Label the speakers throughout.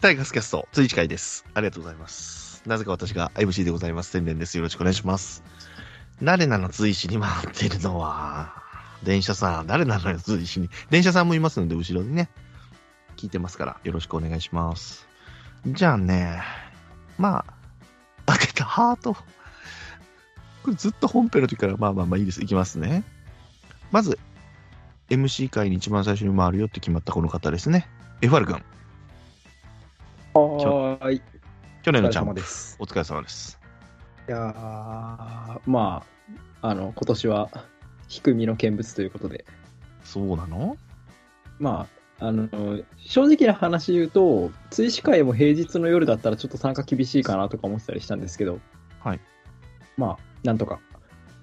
Speaker 1: タイガースキャスト、辻近いです。ありがとうございます。なぜか私が MC でございます。天然です。よろしくお願いします。誰なの随しに回ってるのは、電車さん、誰なのよ、随しに。電車さんもいますので、後ろにね、聞いてますから、よろしくお願いします。じゃあね、まあ、開けたハート。これずっと本編の時から、まあまあまあいいです。いきますね。まず、MC 界に一番最初に回るよって決まったこの方ですね。FR 君。
Speaker 2: はーい。
Speaker 1: 去
Speaker 2: お
Speaker 1: 年
Speaker 2: 疲
Speaker 1: の
Speaker 2: れ
Speaker 1: チャン
Speaker 2: 様
Speaker 1: プ。
Speaker 2: です。
Speaker 1: お疲れ様です。
Speaker 2: いやーまあ、あの、今年は低みの見物ということで、
Speaker 1: そうなの
Speaker 2: まあ、あの、正直な話言うと、追試会も平日の夜だったらちょっと参加厳しいかなとか思ってたりしたんですけど、
Speaker 1: はい。
Speaker 2: まあ、なんとか、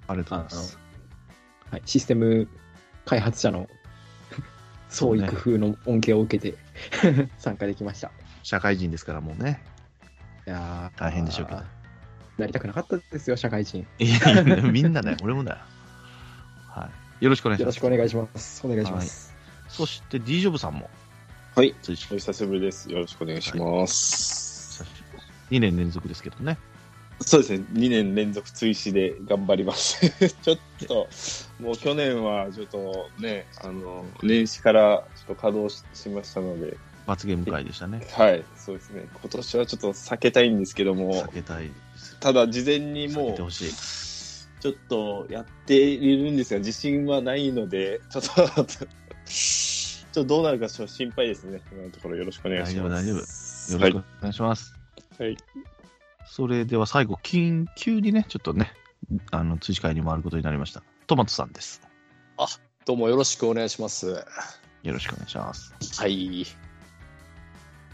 Speaker 1: ありがとうございます。
Speaker 2: はい、システム開発者 の創意工夫の恩恵を受けて 参加できました。
Speaker 1: 社会人ですからもうね、
Speaker 2: いやー
Speaker 1: 大変でしょうけど。
Speaker 2: なりたくなかったですよ、社会人。
Speaker 1: いやいやみんなだよ、俺もだよ。はい。よろしくお願いし
Speaker 2: よろ
Speaker 1: ま
Speaker 2: し
Speaker 1: す
Speaker 2: く。お願いします。お願いします。
Speaker 1: そして D ジョブさんも。
Speaker 3: はい。
Speaker 1: 追試
Speaker 3: お久しぶりです。よろしくお願いします。
Speaker 1: 2年連続ですけどね。
Speaker 3: そうですね、2年連続追試で頑張ります。 ちょっと、もう去年はちょっとね、あの、年始からちょっと稼働ししましたので、
Speaker 1: 罰ゲーム会でしたね。
Speaker 3: はい、そうですね、今年はちょっと避けたいんですけども
Speaker 1: 避、けたいです。
Speaker 3: ただ事前に
Speaker 1: 避
Speaker 3: も
Speaker 1: け
Speaker 3: う、
Speaker 1: てほしい
Speaker 3: ちょっとやっているんですが、自信はないので、ちょっと、 ちょっとどうなるかちょっと心配ですね、今のところよろしくお願いしま
Speaker 1: 大丈夫
Speaker 3: す。
Speaker 1: 大よ
Speaker 3: は
Speaker 1: ろし
Speaker 3: い
Speaker 1: くお願いします。
Speaker 3: はい。
Speaker 1: それでは最後、緊急にね、ちょっとね、あの、追試会に回ることになりました。トマトさんです。
Speaker 4: どうもよろしくお願いします。
Speaker 1: よろしくお願いします。
Speaker 4: はい。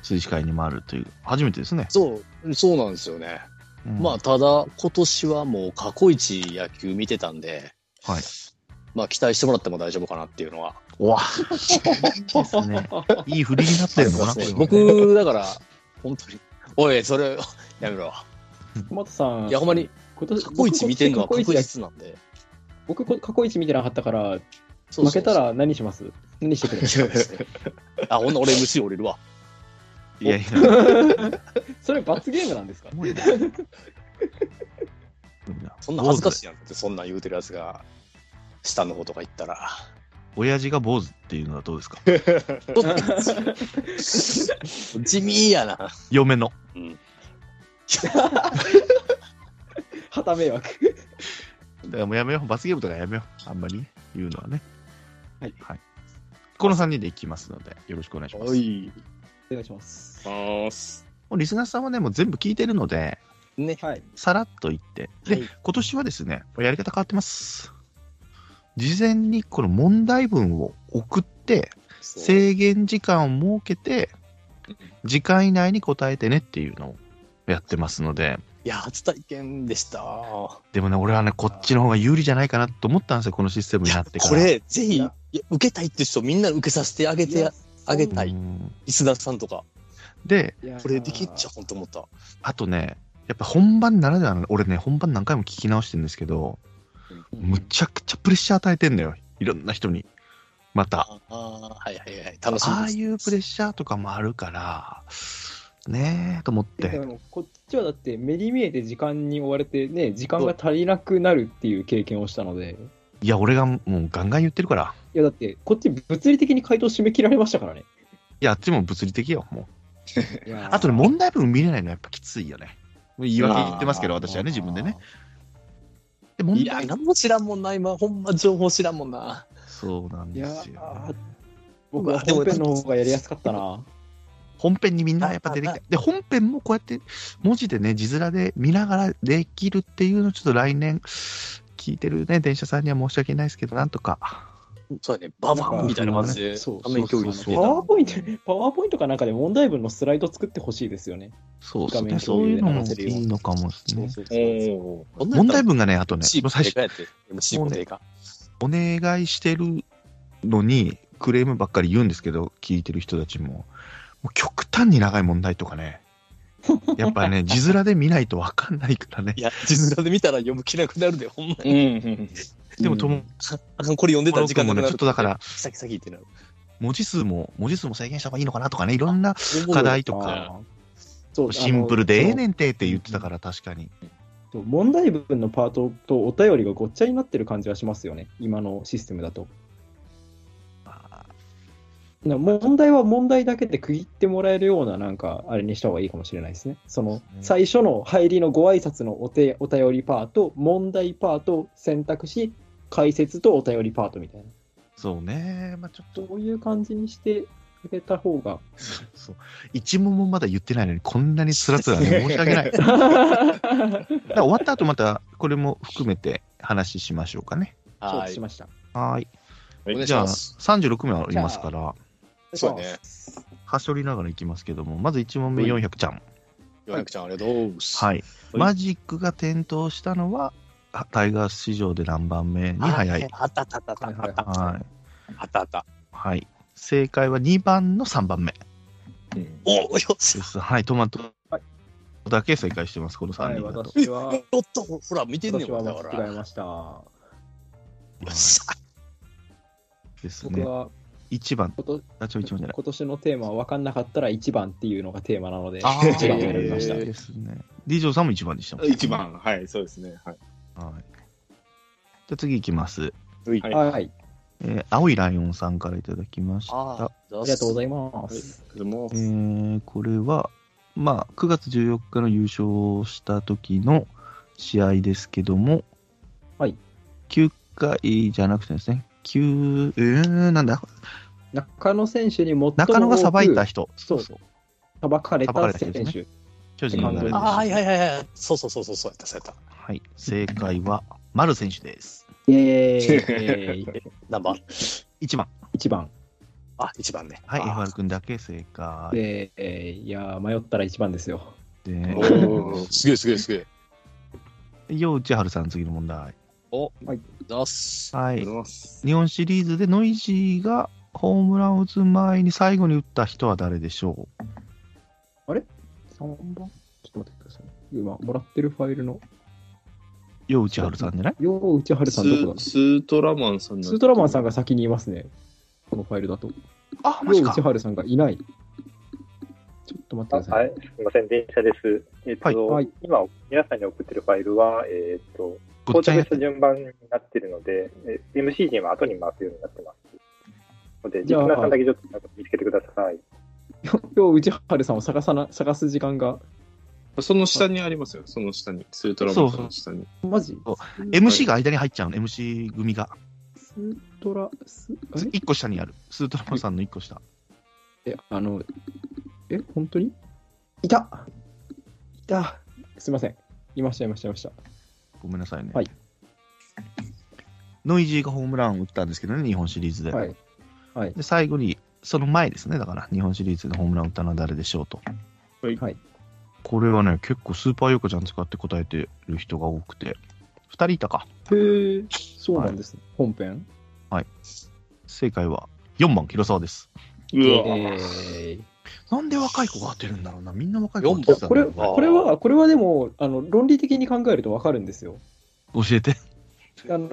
Speaker 1: 追試会に回るという、初めてですね。
Speaker 4: そう、そうなんですよね。
Speaker 1: うん
Speaker 4: まあ、ただ、今年はもう過去一野球見てたんで、
Speaker 1: はい。
Speaker 4: まあ、期待してもらっても大丈夫かなっていうのは。
Speaker 1: うわ、です ね。 いい振りになってるのかな、これはね
Speaker 4: 僕、だから、本当に、おい、それ、やめろ。
Speaker 2: トマトさん、
Speaker 4: いや、ほんまに、
Speaker 2: 今年
Speaker 4: 過去一見てんのは
Speaker 2: 僕
Speaker 4: 確
Speaker 2: 今年
Speaker 4: 実なんで。
Speaker 2: 僕こ過去一見てなかったから
Speaker 4: そうそう
Speaker 2: 負けたら何します何してく れる
Speaker 4: そうですねあ、ほんな俺 MC 降りるわ。
Speaker 1: いやいや、
Speaker 2: それ罰ゲームなんですか
Speaker 1: 無理だ。
Speaker 4: そんな恥ずかしいやんって、そんなん言うてるやつが、下の方とか行ったら。
Speaker 1: 親父が坊主っていうのはどうですか
Speaker 4: ちょっと地味やな。
Speaker 1: 嫁の。
Speaker 4: うん。
Speaker 2: はた迷惑
Speaker 1: だからもうやめよう。罰ゲームとかやめよう。あんまり言うのはね。
Speaker 2: はい。
Speaker 1: この3人でいきますので、よろしくお願いします。
Speaker 4: い。
Speaker 2: お願いします
Speaker 3: ます。
Speaker 1: もうリスナーさんはね、もう全部聞いてるので、
Speaker 4: ね。
Speaker 2: はい
Speaker 1: さらっと言って。で、
Speaker 4: はい
Speaker 1: 今年はですね、やり方変わってます。事前にこの問題文を送って、
Speaker 4: そう
Speaker 1: 制限時間を設けて、時間以内に答えてねっていうのをやってますので、
Speaker 4: いや、初体験でした。
Speaker 1: でもね、俺はね、こっちの方が有利じゃないかなと思ったんですよ、このシステムになってから。
Speaker 4: これ、ぜひ、
Speaker 2: い
Speaker 4: い
Speaker 2: や
Speaker 4: や受けたいって人、みんな受けさせてあげて、あげた
Speaker 1: う
Speaker 4: い。
Speaker 1: ん
Speaker 4: リスナーさんとか、
Speaker 1: で、
Speaker 4: これできっちゃほんと思った。
Speaker 1: あとね、やっぱ本番ならではの、俺ね、本番何回も聞き直してるんですけど、むちゃくちゃプレッシャー与えてんだよ、いろんな人に。また。
Speaker 4: ああ、はいはいはい。楽しみ
Speaker 1: あ
Speaker 4: で
Speaker 1: あ
Speaker 4: す。
Speaker 1: いうプレッシャーとかもあるから、ねえと思っ
Speaker 2: ゃで
Speaker 1: て。
Speaker 2: もこっちはだって目に見えて時間に追われてね時間が足りなくなるっていう経験をしたので
Speaker 1: いや、俺がもうガンガン言ってるから。
Speaker 2: いやだってこっち物理的に回答締め切られましたから ね
Speaker 1: いや、あっちも物理的よ、もう。
Speaker 2: いやー
Speaker 1: あとね、問題文見れないのはやっぱきついよね。もう言い訳言ってますけど、私はね、自分でね。。で問
Speaker 4: い
Speaker 1: 題
Speaker 4: や、なんも知らんもんな、今、ほんま情報知らんもんな。
Speaker 1: そうなんです
Speaker 2: い
Speaker 1: よ
Speaker 2: や
Speaker 1: ね、
Speaker 2: ー僕は本編の方がやりやすかったな
Speaker 1: 本編にみんなやっぱ出てきた。で、本編もこうやって文字でね、字面で見ながらできるっていうのをちょっと来年、聞いてるね、電車さんには申し訳ないですけど、なんとか。
Speaker 4: そうやね、ババンみたいな感じで、
Speaker 2: そう
Speaker 4: 画面共有し
Speaker 1: そ
Speaker 4: て
Speaker 2: パ
Speaker 1: う
Speaker 4: た。
Speaker 2: ワーポイント、パワーポイントかなんかで問題文のスライド作ってほしいですよね。
Speaker 1: そうです
Speaker 2: 画
Speaker 1: ね。
Speaker 2: 面
Speaker 1: そう
Speaker 2: 共
Speaker 1: いう
Speaker 2: 有で
Speaker 1: のも
Speaker 2: 流せるよう
Speaker 1: いいのかもですね。
Speaker 2: そうそうそう
Speaker 3: おお。
Speaker 4: 問
Speaker 1: 問題文がね、あとね、
Speaker 4: チーム
Speaker 1: 最
Speaker 4: で
Speaker 1: 初
Speaker 4: かやって、MC もでか。
Speaker 1: お願いしてるのに、クレームばっかり言うんですけど、聞いてる人たちも。もう極端に長い問題とかね。やっぱね、字面で見ないとわかんないからね
Speaker 4: い。や、地面で見たら読む気なくなるで、ほんま
Speaker 3: うんうん。
Speaker 1: でも、とも、
Speaker 4: あかんこれ読んでたら時間
Speaker 1: も
Speaker 4: なく
Speaker 1: ね、ち
Speaker 4: な
Speaker 1: ょっ
Speaker 4: る。
Speaker 1: とだから、
Speaker 4: 先々ってなる。
Speaker 1: 文字数も、文字数も制限した方がいいのかなとかね、いろんな課題とか。
Speaker 2: そう
Speaker 1: シンプルでええね
Speaker 2: ん。
Speaker 1: んてって言ってたから、確かに。
Speaker 2: そう問題文のパートとお便りがごっちゃになってる感じがしますよね。今のシステムだと。な問題は問題だけで区切ってもらえるような、なんか、あれにした方がいいかもしれないですね。その、最初の入りのご挨拶のお手お便りパート、問題パート、選択肢、解説とお便りパートみたいな。
Speaker 1: そうね、まあちょっと、
Speaker 2: そういう感じにしてくれた方が。
Speaker 1: そう。一問もまだ言ってないのに、こんなにつらつらね、申し訳ない。だから終わった後また、これも含めて話しましょうかね。
Speaker 2: 承
Speaker 4: は
Speaker 2: 知し
Speaker 4: い。
Speaker 2: ました。
Speaker 1: はーい。
Speaker 4: お願いし
Speaker 1: じゃあ、
Speaker 4: ます。
Speaker 1: 36名ありますから、
Speaker 4: そうね。
Speaker 1: はしょりながらいきますけども、まず1問目
Speaker 4: は
Speaker 1: 400ちゃん。
Speaker 4: ヨネクちゃん、ありがとうございます。
Speaker 1: はい。マジックが点灯したのは、あタイガース史上で何番目に早い。
Speaker 4: あったあったあったあ
Speaker 2: はい
Speaker 4: った
Speaker 2: はい
Speaker 4: あった
Speaker 2: は
Speaker 1: はい。
Speaker 4: あったあった。
Speaker 1: はい。正解は2番の3番目
Speaker 3: うん
Speaker 4: おおよし
Speaker 1: で。す。はい。トマト
Speaker 2: はい
Speaker 1: だけ正解してます、この
Speaker 2: い。は
Speaker 1: 3
Speaker 2: い、
Speaker 1: 人だと。
Speaker 2: 私 は、
Speaker 4: おっと、ほら、見てんね
Speaker 2: 私
Speaker 4: んも
Speaker 2: は
Speaker 4: ん、だ
Speaker 2: 間
Speaker 4: から。
Speaker 2: 違え
Speaker 4: よ
Speaker 2: ました。
Speaker 4: っしゃ
Speaker 1: です
Speaker 2: 僕
Speaker 1: ね。
Speaker 2: は
Speaker 1: 1番、
Speaker 2: 今年
Speaker 1: あ、ちょ、1番じゃない。
Speaker 2: 今年のテーマは分かんなかったら1番っていうのがテーマなので、
Speaker 1: あー
Speaker 2: 1番を選びました。
Speaker 1: いいですね。D ジョーさんも1番でしたもんね
Speaker 3: 一。番、はい、そうですね。はい。
Speaker 1: はい。じゃあ次いきます。
Speaker 3: はい
Speaker 2: はい。
Speaker 1: えー青いライオンさんからいただきまし
Speaker 4: あ
Speaker 1: た。
Speaker 4: あ
Speaker 2: ありがとうご
Speaker 4: い
Speaker 2: ざいます。
Speaker 3: でも
Speaker 1: え、ーこれは、まあ、9月14日の優勝した時の試合ですけども、
Speaker 2: はい。
Speaker 1: 9回じゃなくてですね、9、えー、なんだ、
Speaker 2: 中野選手に最も多く
Speaker 1: 中野がさばいた人、
Speaker 2: そうそう。裁かれた
Speaker 1: 裁
Speaker 2: 選
Speaker 1: かれた人
Speaker 2: 手。
Speaker 1: 巨人の誰で
Speaker 2: う
Speaker 1: す
Speaker 2: ん
Speaker 4: ああ、はいはいはいはい。そうそうそうそう、そうやった、そうやった。
Speaker 1: はい。正解は、丸選手です。
Speaker 2: イエーイ
Speaker 4: 何番
Speaker 1: 1番。
Speaker 2: 1番。
Speaker 4: あ、一番ね。
Speaker 1: はい、
Speaker 4: あー
Speaker 1: FR 君だけ正解
Speaker 2: で、えーいやー、迷ったら1番ですよ。
Speaker 1: で
Speaker 4: お、ーすげえすげえすげえ。
Speaker 1: ようちはるさん、次の問題。
Speaker 4: だっす。
Speaker 1: は
Speaker 3: ありがとうご
Speaker 1: い
Speaker 3: ざ。います。
Speaker 1: 日本シリーズでノイジーがホームランを打つ前に最後に打った人は誰でしょう
Speaker 2: 3番ちょっと待ってください。今、もらってるファイルの、
Speaker 1: ようちはるさんじゃない
Speaker 2: よう内春
Speaker 3: ス
Speaker 2: さんどこだ
Speaker 3: スートラマンさん
Speaker 2: スートラマンさん
Speaker 3: が。
Speaker 2: が先にいますね。このファイルだと。よ
Speaker 1: あ、
Speaker 2: う内春さんがいない。ちょっと待ってくださ。
Speaker 5: はいい、すみません、電車です。えっ、と、
Speaker 2: はいはい
Speaker 5: 今、皆さんに送ってるファイルは、えっ、と、
Speaker 1: ごっ
Speaker 5: 到
Speaker 1: ちゃ
Speaker 5: 着
Speaker 1: になっ
Speaker 5: してた
Speaker 1: る
Speaker 5: 順番になってるので、え MC 陣は後に回すようになってます。ので、
Speaker 2: じ
Speaker 5: リス
Speaker 2: ゃあ
Speaker 5: ナーさんだけちょっと見つけてください。
Speaker 2: よう内春さんを探さな、探す時間が、
Speaker 3: その下にありますよ。その下に。スートラマンさんの下に。
Speaker 2: マジ
Speaker 1: そう
Speaker 2: スー
Speaker 1: MC が間に入っちゃうの、MC 組が。
Speaker 2: スートラ、ス、あれ
Speaker 1: 1個下にある。スートラマンさんの1個下。
Speaker 2: え、あの、え、本当にいたいたすいません。いました、いました、いました。
Speaker 1: ごめんなさいね。
Speaker 2: はい
Speaker 1: ノイジーがホームランを打ったんですけどね、日本シリーズで。
Speaker 2: はい。はい。
Speaker 1: で、最後に、その前ですね、だから、日本シリーズでホームランを打ったのは誰でしょうと。
Speaker 2: はい。
Speaker 1: これはね、結構スーパーヨーコちゃん使って答えてる人が多くて、2人いたか。
Speaker 2: へえ、そうなんですね。本編
Speaker 1: 正解は4番、広沢です。
Speaker 3: うわ
Speaker 2: えー
Speaker 1: なんで若い子が当てるんだろうな。みんな若い子が
Speaker 4: 四
Speaker 1: 当
Speaker 4: 番
Speaker 1: てたん
Speaker 2: こ
Speaker 1: だ
Speaker 2: れ
Speaker 1: ろうな
Speaker 2: これは、これはでも、あの論理的に考えるとわかるんですよ。
Speaker 1: 教えて。
Speaker 2: あの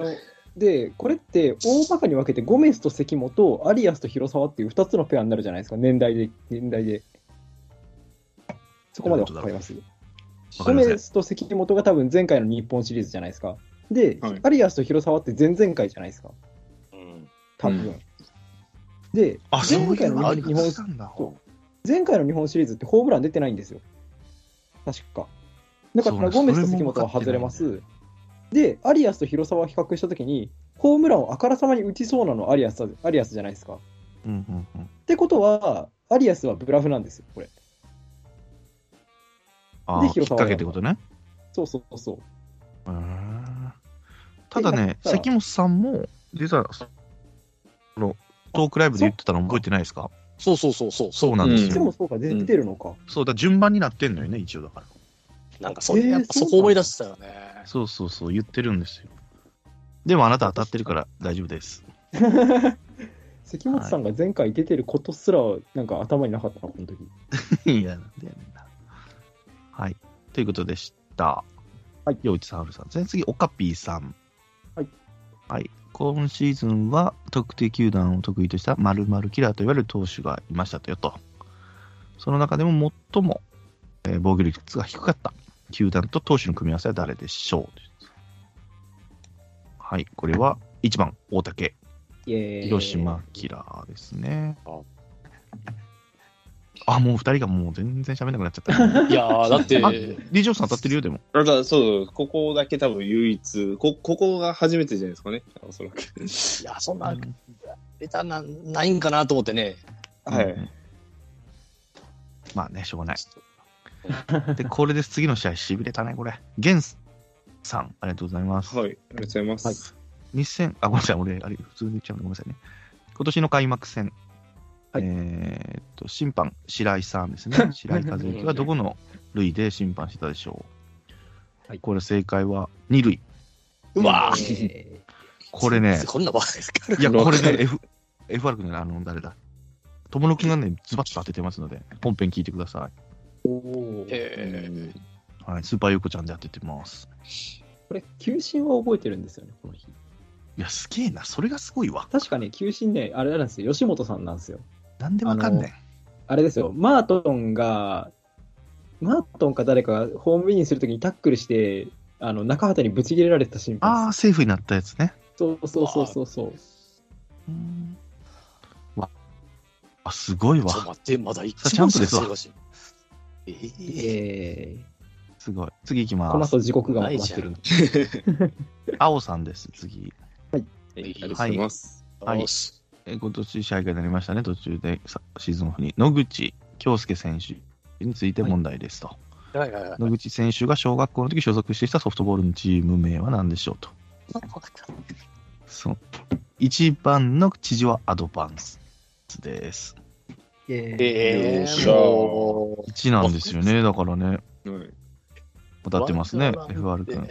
Speaker 2: で、これって大まかに分けて、ゴメスと関本、アリアスと広沢っていう2つのペアになるじゃないですか、年代で。年代でそこまでわかります
Speaker 1: わか
Speaker 2: ゴ
Speaker 1: りま
Speaker 2: メ
Speaker 1: せん。
Speaker 2: スと関本が多分前回の日本シリーズじゃないですか。で、
Speaker 3: はい
Speaker 2: アリアスと広沢って前々回じゃないですか、
Speaker 4: うん。
Speaker 2: 多分。
Speaker 3: う
Speaker 2: で
Speaker 1: あ、そう
Speaker 2: 前
Speaker 1: い
Speaker 2: 回
Speaker 1: うの
Speaker 2: の
Speaker 1: あ
Speaker 2: 日
Speaker 1: り
Speaker 2: 本
Speaker 1: ましたんだ。
Speaker 2: そう前回の日本シリーズってホームラン出てないんですよ。確か。だか
Speaker 1: そう
Speaker 2: ら
Speaker 1: ね
Speaker 2: ゴメスと
Speaker 1: それ
Speaker 2: 関
Speaker 1: も分
Speaker 2: 本
Speaker 1: かってない
Speaker 2: は外れます。で、アリアスと広沢を比較したときに、ホームランをあからさまに打ちそうなのアリアスだアリアスじゃないですか。っ
Speaker 1: うんうんうん。
Speaker 2: てことは、アリアスはブラフなんですよ、これ。
Speaker 1: あ
Speaker 2: で
Speaker 1: ー、きっ
Speaker 2: 広沢
Speaker 1: かけってことね。
Speaker 2: そうそうそう。
Speaker 1: へーただ
Speaker 2: やっ
Speaker 1: ね、
Speaker 2: たら
Speaker 1: 関本さんも、実は、その、トークライブで言ってたの覚えてないですか
Speaker 4: そうそうそうそう。
Speaker 1: そうなんです
Speaker 2: で
Speaker 1: よ。
Speaker 2: もそうか、出てるのか。
Speaker 1: そうだ、順番になってんのよね、一応だから。
Speaker 4: なんかそれ、
Speaker 2: えー
Speaker 4: やっぱそこ思い出したよね。
Speaker 1: そうそうそう、言ってるんですよ。でもあなた当たってるから大丈夫です。
Speaker 2: 関本さんが前回出てることすら、なんか頭になかったな、この時。
Speaker 1: いや、なんでやねんな。はい。ということでした。
Speaker 2: はい。
Speaker 1: 陽一さん、はるさん。それ次、おかぴーさん。
Speaker 2: はい。
Speaker 1: はい。今シーズンは特定球団を得意とした〇〇キラーといわれる投手がいましたとよと。その中でも最も、えー防御率が低かった球団と投手の組み合わせは誰でしょうはい、これは1番、大竹、
Speaker 2: イエーイ
Speaker 1: 広島キラーですね。あ、もう2人がもう全然喋んなくなっちゃった。
Speaker 4: いやー、だって、
Speaker 1: あ、リジョンさん当たってるよ、でも。
Speaker 3: だからそう、ここだけ多分唯一、こ、ここが初めてじゃないですかね。おそらく。
Speaker 4: いや、そんな、ベタな、ないんかなと思ってね。
Speaker 3: は
Speaker 1: う
Speaker 3: い。
Speaker 1: んまあね、しょうがない。で、これです。次の試合、しびれたね、これ。ゲンさん、ありがとうございます。
Speaker 3: はい。ありがとうございます。
Speaker 1: 2000、あ、ごめんなさい、俺、あれ、普通に言っちゃうの、ごめんなさいね。今年の開幕戦、
Speaker 2: はい
Speaker 1: えーっと、審判、白井さんです ね。白井和之はどこの塁で審判してたでしょう。
Speaker 2: はい
Speaker 1: これ、正解は2塁。
Speaker 4: うわ
Speaker 2: イ
Speaker 4: ー
Speaker 2: エ
Speaker 1: これね、
Speaker 4: こんなばっかりですから。
Speaker 1: いや、これね、F、FR 君ね、あの、誰だ。友野君がね、ズバッと当ててますので、本編聞いてください。
Speaker 2: ーイおー
Speaker 4: えー
Speaker 1: はい、スーパーヨーコちゃんで当ててます。
Speaker 2: これ、球審は覚えてるんですよね、この日。
Speaker 1: いや、すげえな、それがすごいわ。
Speaker 2: 確かね、球審ね、あれなんですよ、吉本さんなんですよ。
Speaker 1: なんでわかんね
Speaker 2: あれですよ、マートンが、マートンか誰かがホームインするときにタックルして、あの中畑にぶち切れられたシーン
Speaker 1: ん。ああー、セーフになったやつね。
Speaker 2: そうそうそうそうそう。
Speaker 1: うーんわあ、すごいわ
Speaker 4: ちょっ。と待って、まだ一
Speaker 1: チャンプですわ
Speaker 4: 忙しい。え
Speaker 2: え
Speaker 4: ー、
Speaker 1: すごい。次行き
Speaker 2: ー、この
Speaker 1: ます。
Speaker 2: 後地獄が待ってるんで。
Speaker 1: 青さんです、次。
Speaker 3: ありがとうございます。
Speaker 1: はい
Speaker 4: よし
Speaker 1: えー今年試合がになりましたね、途中でさシーズンオフに。野口京介選手について問題ですと。
Speaker 4: はいはいはい。
Speaker 1: 野口選手が小学校の時所属していたソフトボールのチーム名は何でしょうと。そう1番の地上はアドバンスです。
Speaker 4: え
Speaker 3: よっ
Speaker 4: ー、
Speaker 3: しゃー
Speaker 4: もう
Speaker 1: 1なんですよね、だからね、
Speaker 3: はい。
Speaker 1: 当たってますね、FR 君。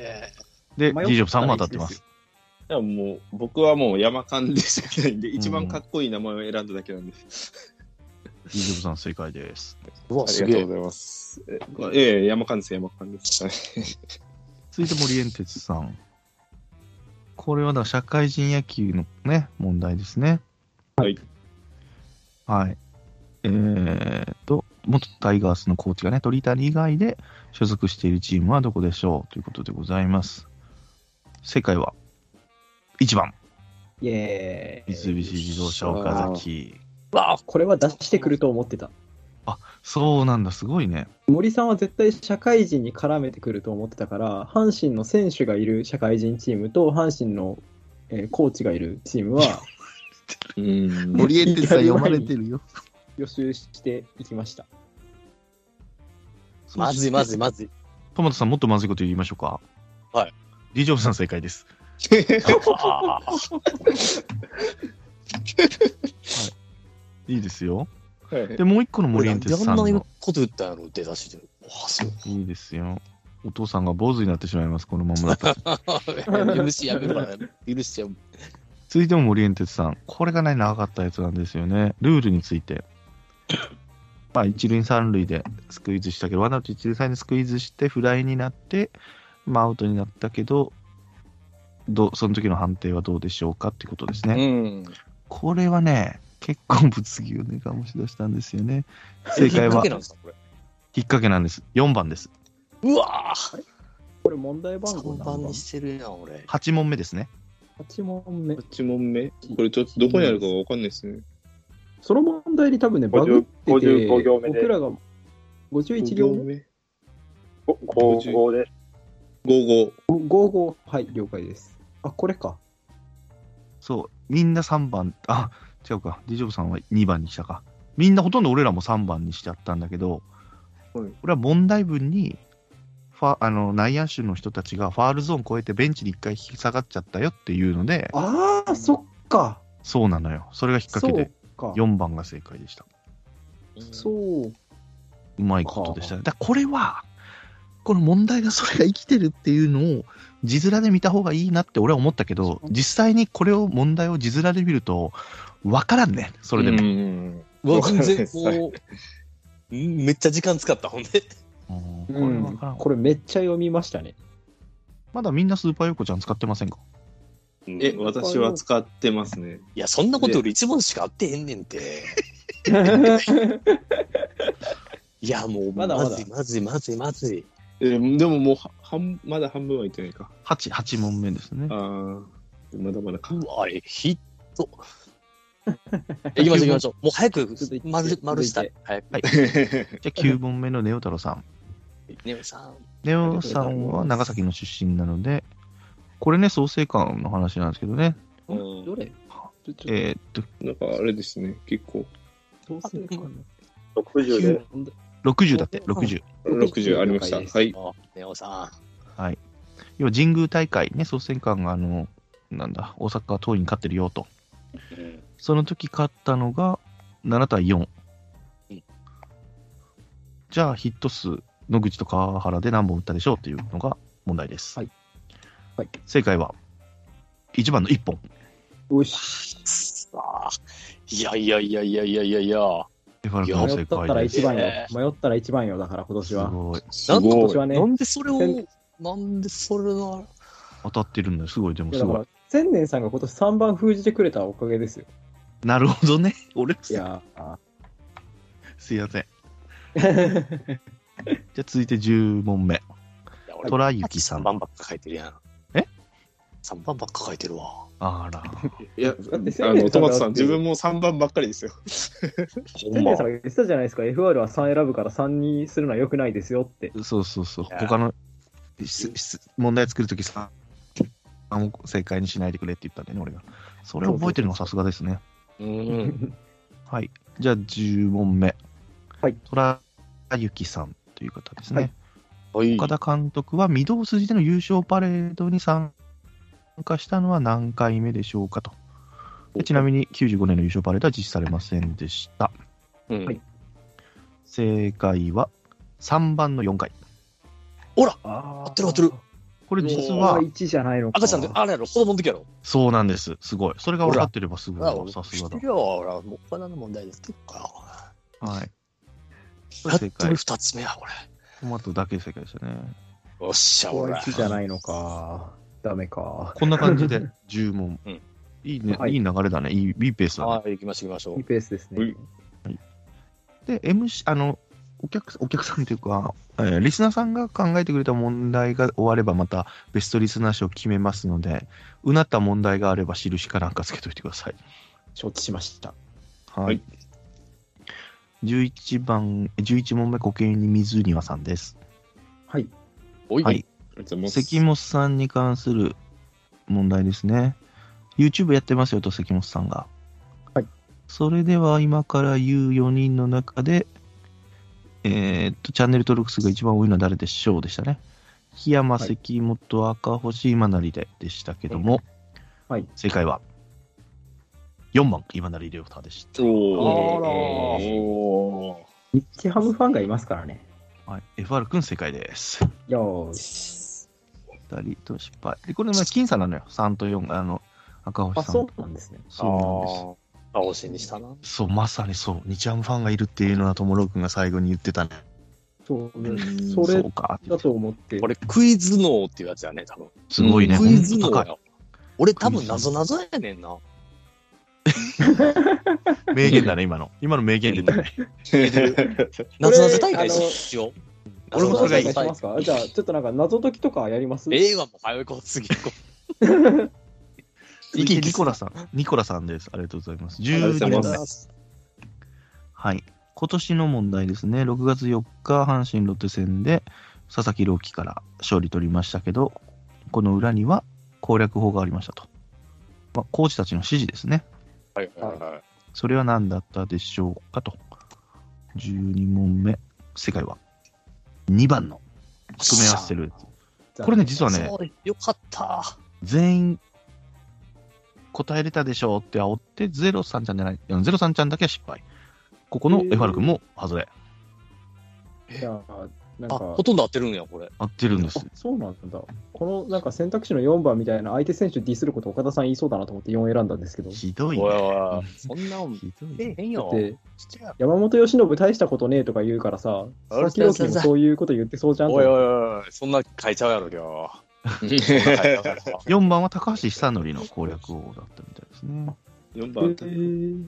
Speaker 1: で、
Speaker 2: 迷ったら
Speaker 1: リジョブさんも当たってま
Speaker 2: 一
Speaker 1: す。
Speaker 3: いやもう、僕はもう山間でしかないんで、一番かっこいい名前を選んだだけなんです。
Speaker 1: リジョブさん正解です。
Speaker 4: うわ、
Speaker 3: あ
Speaker 4: す
Speaker 3: りが
Speaker 4: げ
Speaker 3: とうご
Speaker 4: え。
Speaker 3: ざいます。えええ、山間です、山間です。はい
Speaker 1: 続いて森エンテツさん。これはだから社会人野球のね、問題ですね。
Speaker 3: はい。
Speaker 1: はい。えーっと、元タイガースのコーチがね、鳥谷以外で所属しているチームはどこでしょうということでございます。正解は、1番、
Speaker 2: イエ
Speaker 1: 三
Speaker 2: ーイ。
Speaker 1: 菱自動車岡崎。
Speaker 4: わ
Speaker 2: これは出してくると思ってた。
Speaker 1: そうなんだ、すごいね。
Speaker 2: 森さんは絶対社会人に絡めてくると思ってたから、阪神の選手がいる社会人チームと、阪神の、えーコーチがいるチームは
Speaker 3: うん
Speaker 2: 森エンテツさん読まれて
Speaker 1: るよ。
Speaker 2: 予習していきました。
Speaker 4: まずいまずいまずい。
Speaker 1: トマトさん、もっとまずいこと言いましょうか。
Speaker 4: はい。
Speaker 1: リジョブさん正解です。
Speaker 4: あー
Speaker 1: いいですよ。
Speaker 3: はい
Speaker 1: で、もう一個の森エ
Speaker 4: な
Speaker 1: ン
Speaker 4: ん
Speaker 1: テ
Speaker 4: であ
Speaker 1: ツさ
Speaker 4: ん
Speaker 1: ん
Speaker 4: な
Speaker 1: の。
Speaker 4: こと言ったんやろ、出だしで。わあ、すごい。
Speaker 1: いいですよ。お父さんが坊主になってしまいます、このままだと。
Speaker 4: 許しやめろな。許しちゃう。
Speaker 1: 続いても森エンテツさん。これがね、長かったやつなんですよね。ルールについ て。まあ、一塁三塁でスクイズしたけど、ワンアウト一塁三塁でスクイズして、フライになって、まあ、アウトになったけど、どうその時の判定はどうでしょうかってことですね。
Speaker 3: うん。
Speaker 1: これはね、結構物議をね、醸し出したんですよね。正
Speaker 4: きっ
Speaker 1: 解
Speaker 4: か
Speaker 1: は
Speaker 4: けなんですか、これ。
Speaker 1: 引っ掛けなんです。4番です。
Speaker 4: うわあ
Speaker 2: これ問題番号
Speaker 4: 3
Speaker 2: 何
Speaker 4: 番
Speaker 2: 番
Speaker 4: にしてるやん、俺。
Speaker 1: 8問目ですね。
Speaker 2: ?8 問目。
Speaker 3: 8問目これちょっとどこにあるかわかんないですね。
Speaker 2: その問題に多分ね、バグっ
Speaker 5: 50
Speaker 2: てて、
Speaker 5: 55行目で
Speaker 2: 僕らが51行目
Speaker 3: 目
Speaker 5: 5、5です。
Speaker 3: ?55。
Speaker 2: ?55。はい、了解です。あ、これか。
Speaker 1: そう。みんな3番、 あ、違うか。ディジョブさんは2番にしたか。みんなほとんど俺らも3番にしちゃったんだけど、
Speaker 3: はい
Speaker 1: これは問題文に、ファあの内野手の人たちがファールゾーン越えてベンチに1回引き下がっちゃったよっていうので、
Speaker 2: ああ、そっか。
Speaker 1: そうなのよ。それが引っ
Speaker 2: そ
Speaker 1: 掛け
Speaker 2: う
Speaker 1: で、
Speaker 2: か。
Speaker 1: 4番が正解でした。
Speaker 2: そう
Speaker 1: うまいことでしたね。だからこれは、この問題がそれが生きてるっていうのを、字面で見た方がいいなって俺は思ったけど、実際にこれを、問題を字面で見ると、わからんね。そ
Speaker 3: こ
Speaker 1: れでも。
Speaker 4: うわ、全
Speaker 3: そう
Speaker 4: 然
Speaker 3: ですね
Speaker 4: こう、んめっちゃ時間使った、ほんで。
Speaker 1: うん
Speaker 2: う
Speaker 1: これわ
Speaker 2: ん
Speaker 1: からん。
Speaker 2: これめっちゃ読みましたね。
Speaker 1: まだみんなスーパーヨーコちゃん使ってませんか
Speaker 4: うん
Speaker 3: え、私は使ってますね。
Speaker 4: いや、そんなことより一問しかあってへんねんて。 いや、もう、
Speaker 2: まだまだ
Speaker 4: ずい、まずい、まずい、まずい。
Speaker 3: えーでももうは半、まだ半分はいってないか。
Speaker 1: 8、八問目ですね
Speaker 3: あ。ーまだまだか。
Speaker 4: うわ、え、ヒッ ト。行きましょう、行きましょう。もう早く
Speaker 2: 続い、て
Speaker 4: 丸、丸した
Speaker 2: 続
Speaker 4: い。早く。
Speaker 1: じゃあ9問目のネオ太郎さん。
Speaker 4: ねおさん。
Speaker 1: ネオさんは長崎の出身なので、これね、創成館の話なんですけどね。
Speaker 3: うん
Speaker 2: どれちょちょっ
Speaker 1: えーっと、
Speaker 3: なんかあれですね、結構。
Speaker 2: と、どうするかな
Speaker 5: 60で、
Speaker 1: 60だって、60。
Speaker 3: 60ありました。
Speaker 2: 了解です
Speaker 3: はい。
Speaker 4: あねおさ
Speaker 1: 要は神宮大会ね、創成館があの、なんだ、大阪桐蔭勝ってるよと。
Speaker 4: ん。うん
Speaker 1: その時勝ったのが7対4
Speaker 4: うん。
Speaker 1: じゃあヒット数、野口と川原で何本打ったでしょうっていうのが問題です。
Speaker 2: はいはい
Speaker 1: 正解は、1番の1本。
Speaker 2: よし。
Speaker 4: さあ。いやいやいやいやいやいやいや。
Speaker 1: エファルコの
Speaker 2: 迷
Speaker 4: あ
Speaker 1: 正
Speaker 2: ったった
Speaker 1: 解
Speaker 2: ら
Speaker 1: です。
Speaker 2: 一番よ
Speaker 4: え。
Speaker 2: 迷ったら一番よ、だから今年
Speaker 1: す
Speaker 2: は。
Speaker 1: ごい。
Speaker 3: す
Speaker 4: なん
Speaker 2: 今
Speaker 3: ごい
Speaker 2: 年。はね
Speaker 4: な、んでそれを
Speaker 2: 先、
Speaker 4: なんでそれを、
Speaker 1: 当たってるんだよ。すごい、でも
Speaker 2: いや
Speaker 1: す
Speaker 2: だ
Speaker 1: ご
Speaker 2: か
Speaker 1: い。
Speaker 2: ら、千年さんが今年3番封じてくれたおかげですよ。
Speaker 1: なるほどね。 俺、
Speaker 2: いやー
Speaker 1: すいません。じゃあ続いて10問目。
Speaker 4: いや
Speaker 1: 虎雪さん
Speaker 4: 3番ばっか書いてるやん。
Speaker 1: え
Speaker 4: ?3 番ばっか書いてるわ。
Speaker 1: あ ら。
Speaker 3: いや、
Speaker 2: だって
Speaker 3: あの、トマトさん、自分も3番ばっかりですよ。
Speaker 4: ほ
Speaker 2: 千
Speaker 4: ん
Speaker 2: 年
Speaker 4: ま
Speaker 2: さ。んが言ってたじゃないですか、FR は3選ぶから3にするのは良くないですよって。
Speaker 1: そうそうそう。
Speaker 4: や
Speaker 1: 他のしし問題作るときさ、あもう正解にしないでくれって言ったんだよね、俺が。それを覚えてるのはさすがですね。
Speaker 4: うん。
Speaker 1: はい。じゃあ10問目。
Speaker 2: はい。
Speaker 1: 虎ゆきさんという方ですね。
Speaker 2: はい
Speaker 4: はい。
Speaker 1: 岡田監督は御堂筋での優勝パレードに参加したのは何回目でしょうかと。でちなみに95年の優勝パレードは実施されませんでした。
Speaker 4: うん
Speaker 2: はい
Speaker 1: 正解は3番の4回。
Speaker 2: あ
Speaker 4: 合ってる合ってる。
Speaker 1: これ実は
Speaker 2: は、1じゃないのか。
Speaker 4: 赤ちゃんで、あれやろ、子供の時やろ。
Speaker 1: そうなんです。すごい。それが分かってればすご
Speaker 4: あ
Speaker 1: い。さすがだ。
Speaker 4: よ、ほら、もう大人の問題です。とか。
Speaker 1: はい。これ
Speaker 4: やっ
Speaker 1: 正
Speaker 4: と
Speaker 1: 解。
Speaker 4: 二つ目や、こ
Speaker 1: トマトだけ正解でしたね。
Speaker 4: れ。よっしゃ、
Speaker 2: こ
Speaker 4: ほ
Speaker 2: れ
Speaker 4: ら。
Speaker 2: 1じゃないのか。ダメか。
Speaker 1: こんな感じで10問
Speaker 4: うん。
Speaker 1: いいね、
Speaker 2: はい
Speaker 1: い、い流れだね。いいいいペースだね。
Speaker 4: はい、行きましょう、行きましょ。
Speaker 2: いいうペースですね。
Speaker 1: で、MC、あの、お客お客さんというか、えーリスナーさんが考えてくれた問題が終われば、またベストリスナー賞を決めますので、うなった問題があれば、印かなんかつけといてください。
Speaker 2: 承知しました。
Speaker 1: はい。
Speaker 3: はい
Speaker 1: 11番、11問目、固形に水庭さんです。
Speaker 2: はい。
Speaker 4: おい、
Speaker 1: は
Speaker 4: はいい、
Speaker 3: ありがとうございます
Speaker 1: 関本さんに関する問題ですね。YouTube やってますよと関本さんが。
Speaker 2: はい。
Speaker 1: それでは今から言う4人の中で、えーっと、チャンネル登録数が一番多いのは誰でしょうでしたね。檜山、
Speaker 2: はい
Speaker 1: 関本、赤星、今成ででしたけども、
Speaker 2: はい。
Speaker 1: 正解は4番、今成亮太でした。
Speaker 3: おー
Speaker 4: あら
Speaker 3: おー
Speaker 2: 日記ハムファンがいますからね。
Speaker 1: はい、FR 君正解です。
Speaker 2: よーし。
Speaker 1: 2人と失敗。で、これ、まあ僅差なのよ。3と4、あの、赤星
Speaker 2: あ、
Speaker 1: さん。
Speaker 2: そうなんですね。
Speaker 1: そうなんです。
Speaker 4: あ、おしにしたな。
Speaker 1: そう、まさにそう。日ハムファンがいるっていうのは、ともろくんが最後に言ってたね。
Speaker 2: そうね
Speaker 4: うん
Speaker 2: それ
Speaker 1: うか。
Speaker 2: だと思って
Speaker 4: こ。れ、クイズ脳っていうやつやね、多分。
Speaker 1: すごいね。
Speaker 4: クイズ脳
Speaker 1: ほんと
Speaker 4: や。俺、多
Speaker 1: ク
Speaker 4: 分、
Speaker 1: イズ脳
Speaker 4: なぞなぞやねんな。
Speaker 1: 高い名言だね、今の。今の名言出たね。
Speaker 4: なぞなぞ大会
Speaker 2: あの
Speaker 4: しよう。
Speaker 1: 俺もそれがいい
Speaker 2: しますかじゃあ、ちょっとなんか謎解きとかやります
Speaker 4: 映画も早いこう、次行こ
Speaker 1: 続いてニコラさん。ニコラさんです。ありがとうございます。
Speaker 3: がとうござ
Speaker 1: 12
Speaker 3: い
Speaker 1: 問
Speaker 3: ま
Speaker 1: 目。
Speaker 3: す。
Speaker 1: はい。今年の問題ですね。6月4日、阪神ロッテ戦で、佐々木朗希から勝利取りましたけど、この裏には攻略法がありましたと。まあ、コーチたちの指示ですね。
Speaker 4: う。はい、はい、はい。
Speaker 1: それは何だったでしょうかと。12問目。世界は2番の組み合わせてる。これね、実はね、
Speaker 4: そうよかった。
Speaker 1: 全員答えれたでしょうって煽って、ゼロさんちゃんじゃない、ゼロさんちゃんだけは失敗。ここの
Speaker 2: へー
Speaker 1: エファル君も外れ。
Speaker 2: じゃあ、なん
Speaker 4: あ、
Speaker 2: か
Speaker 4: ほ、とんど合ってるんや、これ。
Speaker 1: 合ってるんです
Speaker 2: あ。そうなんだ。このなんか選択肢の4番みたいな相手選手ディスること岡田さん言いそうだなと思って4選んだんですけど。
Speaker 1: ひどい
Speaker 4: おい
Speaker 1: ね。
Speaker 4: おい、そんなもん、
Speaker 1: ひどい
Speaker 4: え
Speaker 1: ね。
Speaker 4: えへんよ。
Speaker 2: で、
Speaker 4: ちっちゃいや
Speaker 2: 山本由伸大したことねえとか言うからさ、
Speaker 4: あれ
Speaker 2: 佐々木朗希もそういうこと言ってそうじゃんと
Speaker 4: おい
Speaker 2: 思って
Speaker 4: おいおい、そんな書いちゃうやろ、今
Speaker 1: 4番は高橋久典の攻略王だったみたいですね。
Speaker 3: 4
Speaker 2: え
Speaker 3: 番あったね
Speaker 2: ー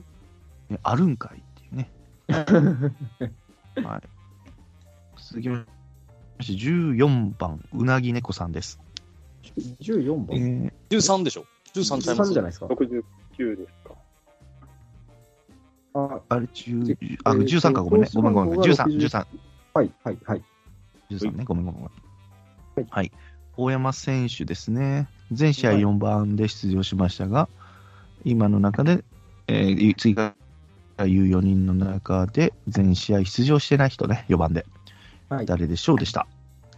Speaker 1: ねあるんかいっていう ね。はい。続きまして、14番、うなぎ猫さんです。
Speaker 2: 14
Speaker 1: え
Speaker 2: 番。
Speaker 1: ー
Speaker 4: 13でしょ ?13 ちゃいま
Speaker 2: 13
Speaker 4: す
Speaker 2: じゃないですか。
Speaker 5: 69ですか。
Speaker 2: あ
Speaker 1: あれ、10あ
Speaker 2: えー
Speaker 1: 13か、ごめんね。ごめんごめんごめん。13、
Speaker 2: 60
Speaker 1: 13、
Speaker 2: はい、はい、はい。
Speaker 1: 13ね。ごめんごめんごめ
Speaker 2: は
Speaker 1: んは
Speaker 2: い。
Speaker 1: い。大山選手ですね。全試合4番で出場しましたが、今の中で、えー次から言う4人の中で、全試合出場してない人ね、4番で。
Speaker 2: はい
Speaker 1: 誰でしょうでした。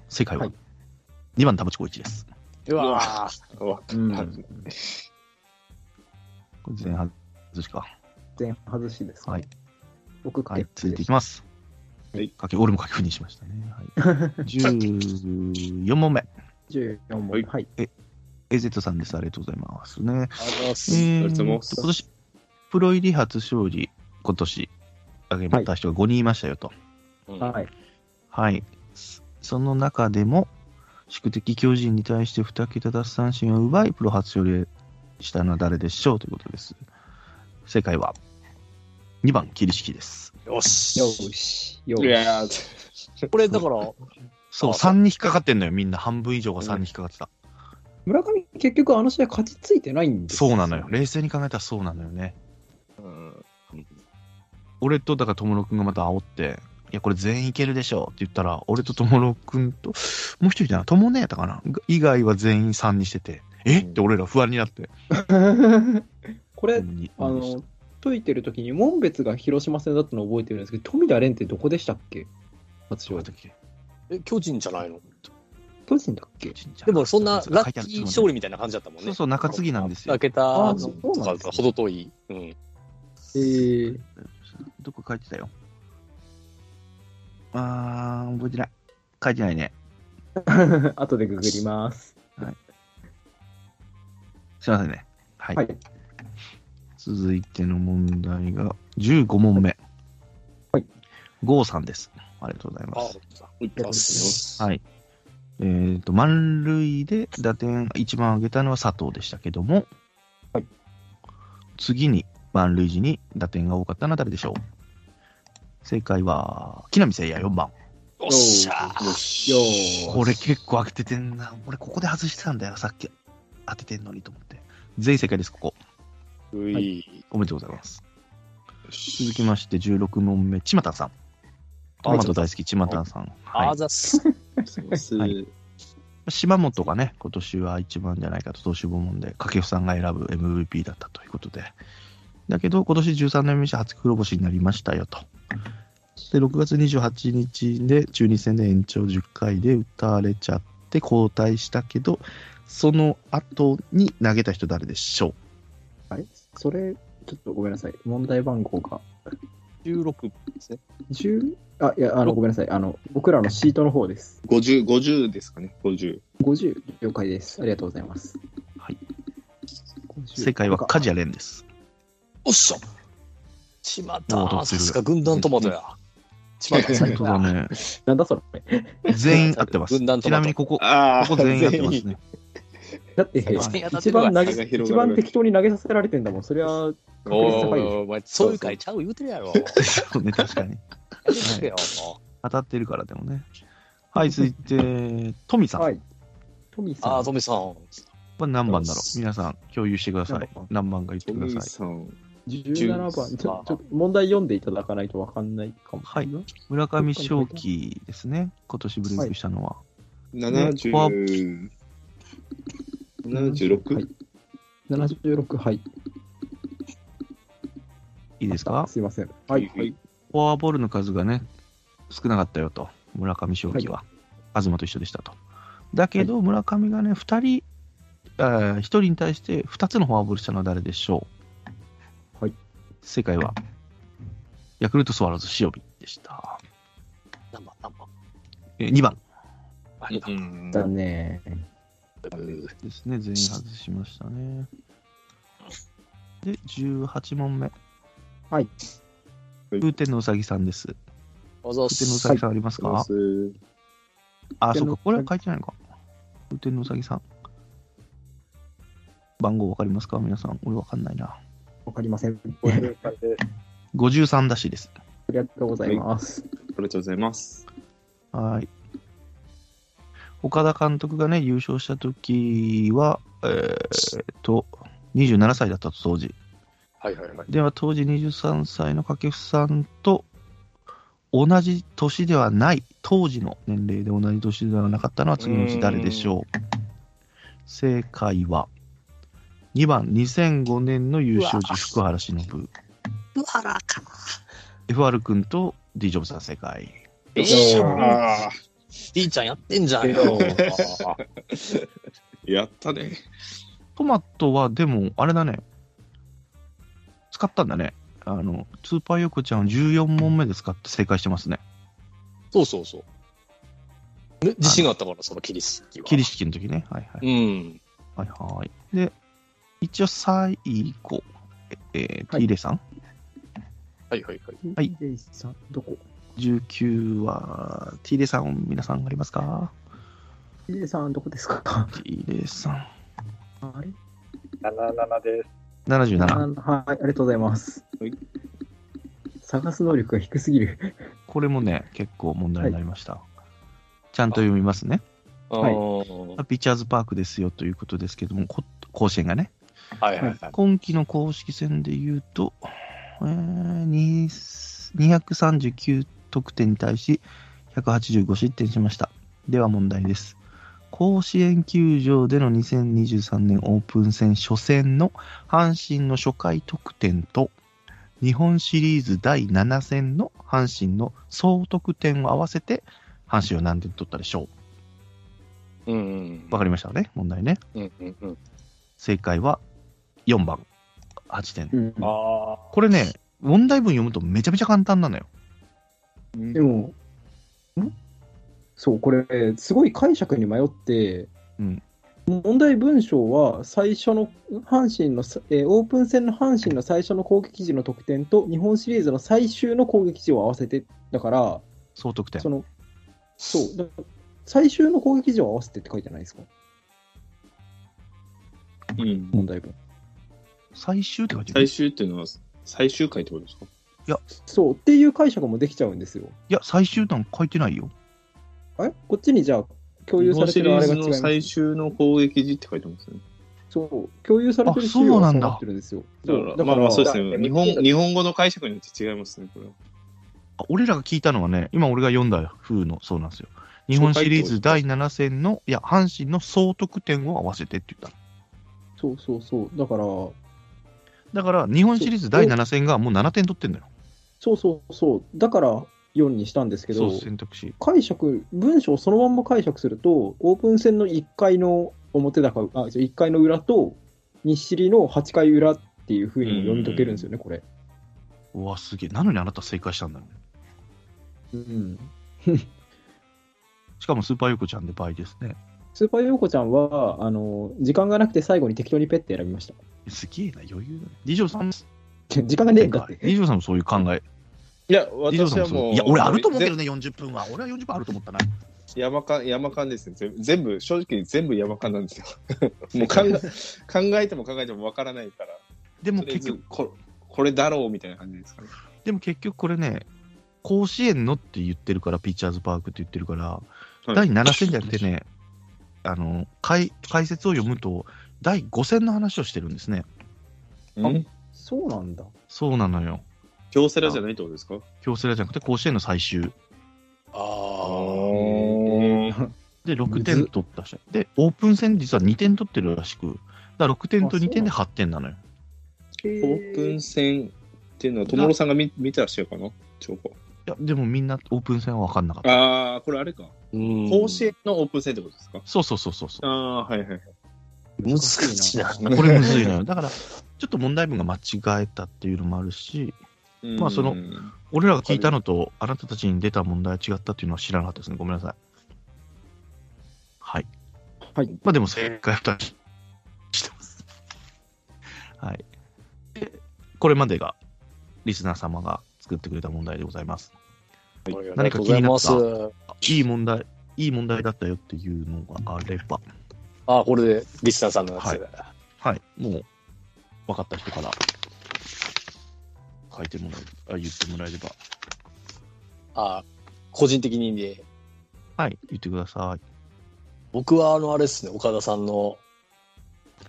Speaker 1: 正解は、
Speaker 2: はい
Speaker 1: 2番、田淵光一です。
Speaker 4: うわ
Speaker 3: うわ
Speaker 2: うん
Speaker 1: これ前半ですか。
Speaker 2: 全外しですか。
Speaker 1: はい。
Speaker 2: 僕、
Speaker 1: はい、
Speaker 2: 決
Speaker 1: 続い
Speaker 2: 定
Speaker 1: ていき
Speaker 2: ま
Speaker 1: ます。
Speaker 3: はい
Speaker 1: かけ、俺も確認しましたね。はい、14問目。
Speaker 2: す。14番。
Speaker 3: はい
Speaker 2: はい。
Speaker 1: AZ さんです。ありがとうございますね。
Speaker 3: ありがとうございます。あり
Speaker 1: え
Speaker 3: がとうござい
Speaker 1: ー
Speaker 3: ま
Speaker 1: っ
Speaker 3: す
Speaker 1: と今年、プロ入り初勝利、今年、挙げた人が5人いましたよと。
Speaker 4: ー
Speaker 2: はい。
Speaker 1: はい。そその中でも、宿敵巨人に対して2桁奪三振を奪い、プロ初勝利したのは誰でしょうということです。正解は、2番、桐敷です。
Speaker 4: よし
Speaker 2: よーし。よ
Speaker 3: い
Speaker 2: ー
Speaker 3: や
Speaker 2: し。
Speaker 3: ー
Speaker 4: これだから、
Speaker 1: そう、
Speaker 4: あそう
Speaker 1: 3に引っかかってんのよ。みんな半分以上が3に引っかかってた。
Speaker 2: 村上、結局あの試合勝ちついてないんです
Speaker 1: そうなのよ。。冷静に考えたらそうなのよね。
Speaker 3: うん
Speaker 1: 俺と、だから、友野くんがまた煽って、いや、これ全員いけるでしょって言ったら、俺と友野くんと、もう一人じゃな、友ねやったかな以外は全員3にしてて、えって俺ら不安になって。
Speaker 2: これ、
Speaker 1: に
Speaker 2: あの、解いてる時に、門別が広島戦だったのを覚えてるんですけど、富田蓮ってどこでしたっけ初
Speaker 1: どうだ
Speaker 2: 勝
Speaker 1: ったっけ
Speaker 4: え巨人じゃないの
Speaker 2: 巨人だっけ
Speaker 4: でもそんなラッキー勝利
Speaker 1: み
Speaker 4: みたいな感じだったもんね。
Speaker 1: そうそう中継ぎなんですよ
Speaker 4: 開けた
Speaker 2: あー
Speaker 4: の
Speaker 2: そう
Speaker 4: と
Speaker 2: なん
Speaker 4: か
Speaker 2: ですね
Speaker 4: ほど遠い。うん。
Speaker 2: えー、
Speaker 1: どこ書いてたよ。あー、覚えてない。書いてないね。
Speaker 2: 後でググります。
Speaker 1: すいませんね。はい。
Speaker 2: はい。
Speaker 1: 続いての問題が、15問目。
Speaker 2: はい。
Speaker 1: 郷さんです。ありがとうございま
Speaker 4: あ
Speaker 1: す。
Speaker 4: あ
Speaker 1: はい。えっ、と、満塁で打点一番上げたのは佐藤でしたけども、
Speaker 2: はい
Speaker 1: 次に満塁時に打点が多かったのは誰でしょう正解は、木浪聖也4番。
Speaker 4: おっしゃー
Speaker 3: よし。
Speaker 2: よー
Speaker 1: これ結構当ててんな。俺ここで外してたんだよ、さっき。当ててんのにと思って。全員正解です、ここ。
Speaker 3: うい
Speaker 1: おめでとうございます。続きまして、16問目、ちまたんさん。トマト大好き、ちまたんさん。
Speaker 4: あ
Speaker 1: は
Speaker 4: ーざっす。
Speaker 1: はいい。島本がね、今年は一番じゃないかと、投手部門で、掛布さんが選ぶ MVP だったということで。だけど、今年13年目し初黒星になりましたよと。で、6月28日で中日戦で延長10回で打たれちゃって交代したけど、その後に投げた人誰でしょう
Speaker 2: あれそれ、ちょっとごめんなさい。問題番号が。
Speaker 4: 16ですね。
Speaker 2: 10? あ、いや、あの、ごめんなさい。あの、僕らのシートの方です。
Speaker 3: 50、50ですかね、50。
Speaker 2: 50、了解です。ありがとうございます。
Speaker 1: はい
Speaker 2: 50。
Speaker 1: 正解は梶
Speaker 2: ア
Speaker 1: 谷蓮です。
Speaker 4: おっしゃちま
Speaker 1: おーど
Speaker 4: た
Speaker 1: っち
Speaker 4: さすが軍団トマトや。ちまた
Speaker 1: 本
Speaker 4: 最
Speaker 1: 当
Speaker 4: 高
Speaker 1: だ
Speaker 4: だ。
Speaker 1: ね。
Speaker 2: なんだそれ。
Speaker 1: 全員合ってます。
Speaker 4: 軍団
Speaker 1: ち
Speaker 4: トマ
Speaker 1: な
Speaker 4: ト
Speaker 1: みにここ、こ
Speaker 3: あ
Speaker 1: こ全員合ってますね。
Speaker 2: だって、
Speaker 4: 全員当たって
Speaker 2: 一
Speaker 4: るわ
Speaker 2: 番投
Speaker 3: 差が
Speaker 2: げ、
Speaker 3: 広がる
Speaker 2: 一番適当に投げさせられてんだもん。そりゃ、確率高いでしょ。
Speaker 4: お前、そういう会ちゃう言うてるやろ。
Speaker 1: そうね、確か に。
Speaker 4: やめてくれよも
Speaker 1: 当たってるからでもね。はい、続いて、トミさん。
Speaker 2: はい。トミー
Speaker 4: う
Speaker 2: さん。
Speaker 4: あー、トミさん。
Speaker 1: これ何番だろう皆さん、共有してください
Speaker 2: 何番。
Speaker 1: 何番か言って
Speaker 3: ト
Speaker 1: くだ
Speaker 3: ミー
Speaker 1: さい。
Speaker 3: さん。
Speaker 2: 17番、ちょ
Speaker 4: 10
Speaker 2: ちょっと問題読んでいただかないとわかんないかも。
Speaker 1: はい。村上正輝ですね。今年ブレイクしたのは。
Speaker 3: 70
Speaker 1: ここは
Speaker 2: はい
Speaker 3: 76?
Speaker 2: 76、はい。
Speaker 1: い、いですか
Speaker 2: すいません。はい。
Speaker 3: はい
Speaker 1: フォアボールの数がね、少なかったよと。村上正輝は。東と一緒でしたと。だけど、村上がね、2人、あ1人に対して2つのフォアボールしたのは誰でしょう
Speaker 2: はい。
Speaker 1: 正解は、ヤクルトスワローズ塩見でした。
Speaker 4: 何番何番
Speaker 1: え2番。
Speaker 4: ありがとう
Speaker 3: うん
Speaker 2: だね。
Speaker 1: ですね、全員外しましたね。で、18問目。
Speaker 2: はい。
Speaker 1: 風天のうさぎさんです。
Speaker 4: おはようご
Speaker 1: 風
Speaker 4: ざい
Speaker 1: 天の
Speaker 4: ま
Speaker 1: うさぎ
Speaker 4: す
Speaker 1: さんありますか、
Speaker 3: そうです
Speaker 1: あ、
Speaker 2: 風
Speaker 1: そ
Speaker 2: 天
Speaker 1: う
Speaker 2: の
Speaker 1: か、これは書いてないのか。空天のうさぎさん。番号わかりますか皆さん。俺わかんないな。
Speaker 2: わかりません。
Speaker 5: こういう感じです。
Speaker 1: 53だしです。
Speaker 2: ありがとうございます。
Speaker 3: りがとうございます。
Speaker 1: はい。岡田監督がね、優勝した時は、えーっと、27歳だったと当時。
Speaker 4: はいはいはい。
Speaker 1: では当時23歳の掛布さんと同じ年ではない、当時の年齢で同じ年ではなかったのは次のうち誰でしょう。正解は、2番、2005年の優勝時、福原忍。
Speaker 6: 福原かな。
Speaker 1: FR 君と D ・ジョブさん正解。
Speaker 4: え
Speaker 3: ああ、
Speaker 4: いいちゃんやってんじゃんよ。
Speaker 3: やったね。
Speaker 1: トマトはでも、あれだね。使ったんだね。あの、スーパー横ちゃんを14問目で使って正解してますね。
Speaker 4: そうそうそう。ね自信があったから、その切り式は。
Speaker 1: 切り式の時ね。はいはい。
Speaker 4: うん。
Speaker 1: はいはい。で、一応最後、ええーと
Speaker 2: はい
Speaker 1: イレさん
Speaker 4: はいはいはい。
Speaker 1: はい。
Speaker 2: レイさん、どこ
Speaker 1: ?19 は、ティレさん、皆さんありますか
Speaker 2: レイさん、どこですか
Speaker 1: ティレさん。
Speaker 2: あれ
Speaker 5: 77です。
Speaker 1: 77。
Speaker 2: はい、ありがとうございます
Speaker 3: はい。
Speaker 2: 探す能力が低すぎる。
Speaker 1: これもね、結構問題になりました。ちゃんと読みますね。
Speaker 4: あ
Speaker 2: はい
Speaker 4: ー
Speaker 1: ピッチャーズパークですよということですけども、こ甲子園がね。
Speaker 4: はいはいはい。
Speaker 1: 今季の公式戦で言うと、えーに239得点に対し185失点しました。では問題です。甲子園球場での2023年オープン戦初戦の阪神の初回得点と日本シリーズ第7戦の阪神の総得点を合わせて阪神は何点取ったでしょ
Speaker 4: うんうん
Speaker 1: うわかりましたね問題ね。
Speaker 4: うんうんうん。
Speaker 1: 正解は4番8点。
Speaker 2: うん、
Speaker 4: ああ。
Speaker 1: これね、問題文読むとめちゃめちゃ簡単なのよ。
Speaker 2: でも、んそう、これ、すごい解釈に迷って、
Speaker 1: うん
Speaker 2: 問題文章は、最初の、阪神の、えーオープン戦の阪神の最初の攻撃時の得点と、日本シリーズの最終の攻撃時を合わせて、だから、
Speaker 1: 総得点
Speaker 2: そ。の、そう、だ最終の攻撃時を合わせてって書いてないですか
Speaker 3: うん。
Speaker 2: 問題文。
Speaker 1: 最終って書いてある。
Speaker 3: 最
Speaker 1: い
Speaker 3: 終っていうのは最終回ってことですか
Speaker 2: そう、っていう解釈もできちゃうんですよ。
Speaker 1: や、最終弾書いてないよ。
Speaker 2: あれこっちにじゃあ、共
Speaker 3: 日
Speaker 2: 有さ
Speaker 3: 本
Speaker 2: れ
Speaker 3: シ
Speaker 2: て
Speaker 3: リ
Speaker 2: るあ
Speaker 3: ー
Speaker 2: れが
Speaker 3: ズ
Speaker 2: 違い
Speaker 3: の
Speaker 2: ます
Speaker 3: 最終の攻撃時って書いてますね。
Speaker 2: そう、共有されてる資料
Speaker 1: あそうな
Speaker 2: が
Speaker 1: ん
Speaker 2: そ
Speaker 1: だ
Speaker 2: うなってるんですよ。
Speaker 3: だから、まあまあそうですね。日本日本語の解釈によって違いますね、これは。
Speaker 1: あ俺らが聞いたのはね、今俺が読んだ風の、そうなんですよ。日本シリーズ第7戦の、いや、阪神の総得点を合わせてって言ったの
Speaker 2: そうそうそう。だから、そ
Speaker 1: だから、日本シリーズ第7戦がもう7点取ってんのよ。
Speaker 2: うそうそう。だから4にしたんですけ
Speaker 1: そ
Speaker 2: ど
Speaker 1: う、、選択肢。
Speaker 2: 解釈、文章をそのまんま解釈すると、オープン戦の1回の表だか、あ、違う1回の裏と、日シリの8回裏っていうふうに読み解けるんですよね、これ。
Speaker 1: うわ、すげえ。なのにあなた正解したんだろうね。
Speaker 2: うん。
Speaker 1: しかもスーパー横ちゃんで倍ですね。
Speaker 2: スーパーヨーコちゃんは、あの、時間がなくて最後に適当にペッて選びました。
Speaker 1: すげえな、余裕だね。ディジョさんも、
Speaker 2: 時間がねえんだっ
Speaker 1: デ
Speaker 2: て。
Speaker 1: ィジョさんもそういう考え。
Speaker 3: いや、
Speaker 1: ディジョさ
Speaker 3: 私
Speaker 1: んも
Speaker 3: は
Speaker 1: そうい
Speaker 3: も。
Speaker 1: うう。いや、俺あると思うけどね、40分は。俺は40分あると思ったな。
Speaker 3: 山間、山間ですね。全部全部、正直全部山間なんですよ。 もう考 え考えても考えてもわからないから。
Speaker 1: でも
Speaker 3: とりあえ
Speaker 1: 結
Speaker 3: ず
Speaker 1: 局、
Speaker 3: ここれだろうみたいな感じですかね。
Speaker 1: でも結局これね、甲子園のって言ってるから、ピッチャーズパークって言ってるから、
Speaker 3: い
Speaker 1: 第7戦じゃなくてね、あの解解説を読むと、第5戦の話をしてるんですね。
Speaker 3: うん
Speaker 2: そうなんだ。
Speaker 1: そうなのよ。
Speaker 3: 京セラじゃないってことですか
Speaker 1: 京セラじゃなくて甲子園の最終。
Speaker 4: あ
Speaker 1: で、6
Speaker 2: む
Speaker 1: 点
Speaker 2: ず
Speaker 1: 取ったし。で、オープン戦実は2点取ってるらしく、だから6点と2点で8点なのよ。
Speaker 3: オープン戦っていうのは、ともろさんが見見てらっしゃるかな兆候
Speaker 1: いや、でもみんなオープン戦は分かんなかった。
Speaker 3: ああ、これあれか。
Speaker 4: あ。うん
Speaker 3: 甲子園のオープン戦ってことですか、
Speaker 1: そうそうそうそうそ
Speaker 3: ああ、はいはい。
Speaker 4: 難しいな。
Speaker 1: う。これむずいのよ。だから、ちょっと問題文が間違えたっていうのもあるし、まあその
Speaker 3: うん
Speaker 1: 俺らが聞いたのと、あなたたちに出た問題は違ったっていうのは知らなかったですね。ごめんなさい。はい。
Speaker 2: はい
Speaker 1: まあでも正解2つしてます。はい。でこれまでが、リスナー様が作ってくれた問題でございます。何か気になった
Speaker 4: ありがとうございます
Speaker 1: いい問題、いい問題だったよっていうのがあれば、
Speaker 4: ああ、これで、リスナーさんのやつ。
Speaker 1: はいはい。もう、分かった人から、書いてもらえあ、言ってもらえれば。
Speaker 4: ああ、個人的にね、
Speaker 1: はい。言ってください。
Speaker 4: 僕はあの、あれですね、岡田さんの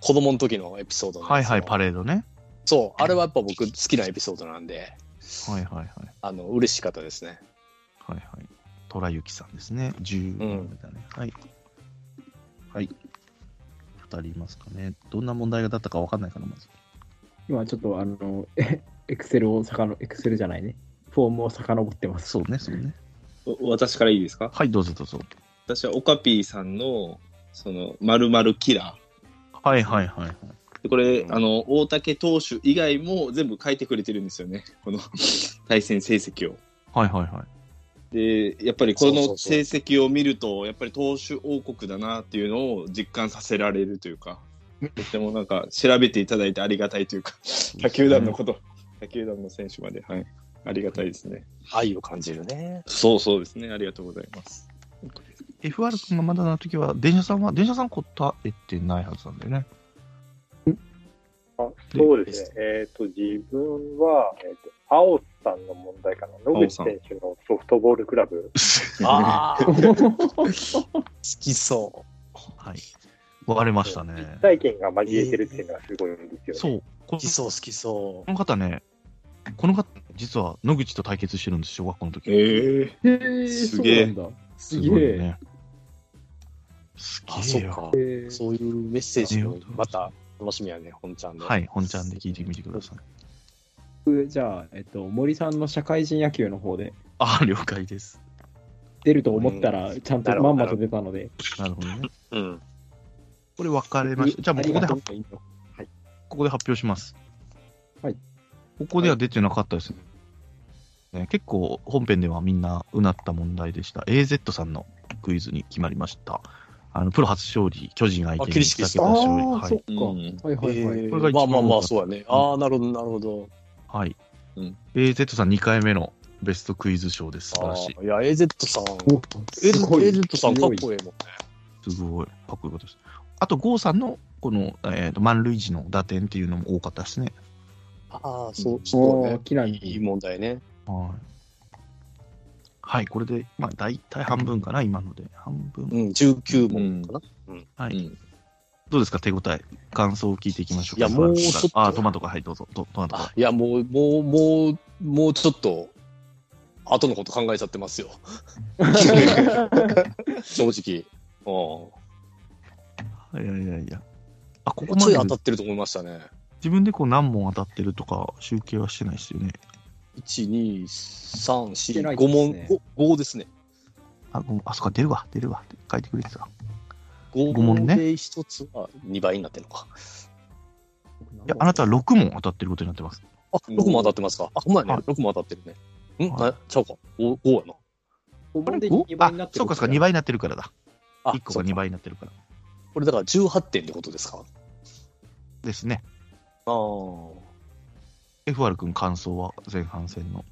Speaker 4: 子供の時のエピソードなん
Speaker 1: はい
Speaker 4: ですよ
Speaker 1: はい、パレードね。
Speaker 4: そう、あれはやっぱ僕好きなエピソードなんで、
Speaker 1: はいはいはい。
Speaker 4: あの、嬉しかったですね。
Speaker 1: はいはい。虎雪さんですね。10問だね。はい。はい。2人いますかね。どんな問題がだったか分かんないから、まず。
Speaker 2: 今ちょっとあの、エクセルを遡、エクセルじゃないね。フォームを遡ってます。
Speaker 1: そうね、そうね。
Speaker 3: お私からいいですか
Speaker 1: はい、どうぞどうぞ。
Speaker 3: 私はオカピーさんの、その、まるキラ
Speaker 1: はいはいはいはい。
Speaker 3: ー。でこれ、
Speaker 4: うん
Speaker 3: あの、大竹投手以外も全部書いてくれてるんですよね。この対戦成績を。
Speaker 1: はいはいはい。
Speaker 3: で、やっぱりこ
Speaker 4: そうそ
Speaker 3: の
Speaker 4: うそう
Speaker 3: 成績を見ると、やっぱり投手王国だなっていうのを実感させられるというか、とてもなんか調べていただいてありがたいというか、他球団のこと、他球団の選手まで、はい、ありがたいですね。
Speaker 4: 愛を感じるね。
Speaker 3: そうそうですね、ありがとうございます。
Speaker 1: FR 君がまだな時は、電車さんは、電車さん答えてないはずなんだよね。
Speaker 5: あそうですね。えっ、と、自分は、えっ、と、青さんの問題かな。野口選手のソフトボールクラブ。
Speaker 4: ああ、好きそ
Speaker 1: はい。分かれましたね。
Speaker 5: 体験が交えてるっていうのはすごいんです
Speaker 1: そ
Speaker 5: よ
Speaker 1: う。
Speaker 5: ね。
Speaker 1: こ
Speaker 4: う。好きそう、好きそう。
Speaker 1: の方ね、この方、実は野口と対決してるんです、小学校の時。
Speaker 3: ええ
Speaker 2: へー
Speaker 3: すげえ
Speaker 2: そうなんだ。
Speaker 1: す
Speaker 2: す
Speaker 1: ごい
Speaker 2: げ
Speaker 1: よ
Speaker 2: え。
Speaker 1: ね。す
Speaker 4: あ、
Speaker 1: げ
Speaker 4: そ
Speaker 1: え
Speaker 4: う
Speaker 1: よ。
Speaker 4: か。
Speaker 2: えー
Speaker 4: そういうメッセージをまた楽しみやね、本ちゃんの。
Speaker 1: はい、本ちゃんで聞いてみてください。
Speaker 2: 僕じゃあ、えっと、森さんの社会人野球の方で
Speaker 1: ああ、了解です。
Speaker 2: 出ると思ったら、ちゃん
Speaker 4: な
Speaker 2: と
Speaker 4: るほ
Speaker 2: まんま
Speaker 4: ど
Speaker 2: と出たので、
Speaker 1: なるほどね。
Speaker 4: うん。
Speaker 1: これ分かれました。じゃあ、もうここで
Speaker 2: あ
Speaker 1: は
Speaker 2: りがとう
Speaker 1: ここで発表します。
Speaker 2: はい。
Speaker 1: ここでは出てなかったですね。ね結構、本編ではみんなうなった問題でした。AZ さんのクイズに決まりました。あのプロ初勝利、巨人相手
Speaker 4: あ
Speaker 1: に
Speaker 4: 桐敷さん
Speaker 1: 二桁勝利
Speaker 2: ああ、そっか。
Speaker 3: うん
Speaker 2: はいはいはい。
Speaker 1: これが一
Speaker 4: まあ
Speaker 1: 番
Speaker 4: まあまあ、そうだね。ああ、なるほど、なるほど。
Speaker 1: はい。はい
Speaker 3: うん
Speaker 1: AZ さん2回目のベストクイズ賞です。素晴らしい。
Speaker 4: あーいや、AZ さん、
Speaker 2: すごい
Speaker 4: AZ さんかっこええもんね。
Speaker 1: すごい、かっこよかったです。あと、郷さんの、この、えーと満塁時の打点っていうのも多かったですね。
Speaker 4: ああ、そう、そうだ
Speaker 2: おー木南
Speaker 4: ね。いい問題ね。
Speaker 1: はい。はい、これで、まあ、大体半分かな、今ので。半分。
Speaker 4: うん、19問かな。
Speaker 1: はい、
Speaker 3: うん
Speaker 1: どうですか、手応え。感想を聞いていきましょうか。
Speaker 4: いやもうちょっと
Speaker 1: あ、トマトか、はい、どうぞ。トトマト
Speaker 4: あ
Speaker 1: か。
Speaker 4: いや、もう、もう、もう、もうちょっと、後のこと考えちゃっ てますよ。正直。うん。
Speaker 1: いやいやいや。あ、こ
Speaker 4: こ
Speaker 1: こ
Speaker 4: こ
Speaker 1: ま
Speaker 4: ちょ
Speaker 1: で
Speaker 4: い当たってると思いましたね。
Speaker 1: 自分でこう何問当たってるとか、集計はしてないですよね。
Speaker 4: 1、2、3、
Speaker 2: てな
Speaker 4: 4、
Speaker 2: い
Speaker 4: 5
Speaker 2: です
Speaker 4: 問
Speaker 2: ね、
Speaker 4: 5ですね。
Speaker 1: あ、ごめんあそこ出るわ、出るわって書いてくれてた。
Speaker 4: 5
Speaker 1: 問ね
Speaker 4: 問で1つは2倍になってるのか。
Speaker 1: いや、あなたは6問当たってることになってます。
Speaker 4: あ、6問当たってますか。あ、ほんまや
Speaker 1: はい
Speaker 4: ね。6問当たってるね。ん
Speaker 1: は
Speaker 4: あ、ちゃうか。5やな。
Speaker 2: ここで
Speaker 1: お
Speaker 2: 2倍にな
Speaker 1: あ
Speaker 2: っ、て
Speaker 1: そうかそうか、2
Speaker 2: 倍。
Speaker 1: 倍になってるからだ。
Speaker 4: あ、
Speaker 1: 1個が2
Speaker 4: そうか
Speaker 1: 倍になってるから。
Speaker 4: これだから18点ってことですか。
Speaker 1: ですね。
Speaker 4: ああ。
Speaker 1: FR 君、感想は前半戦の。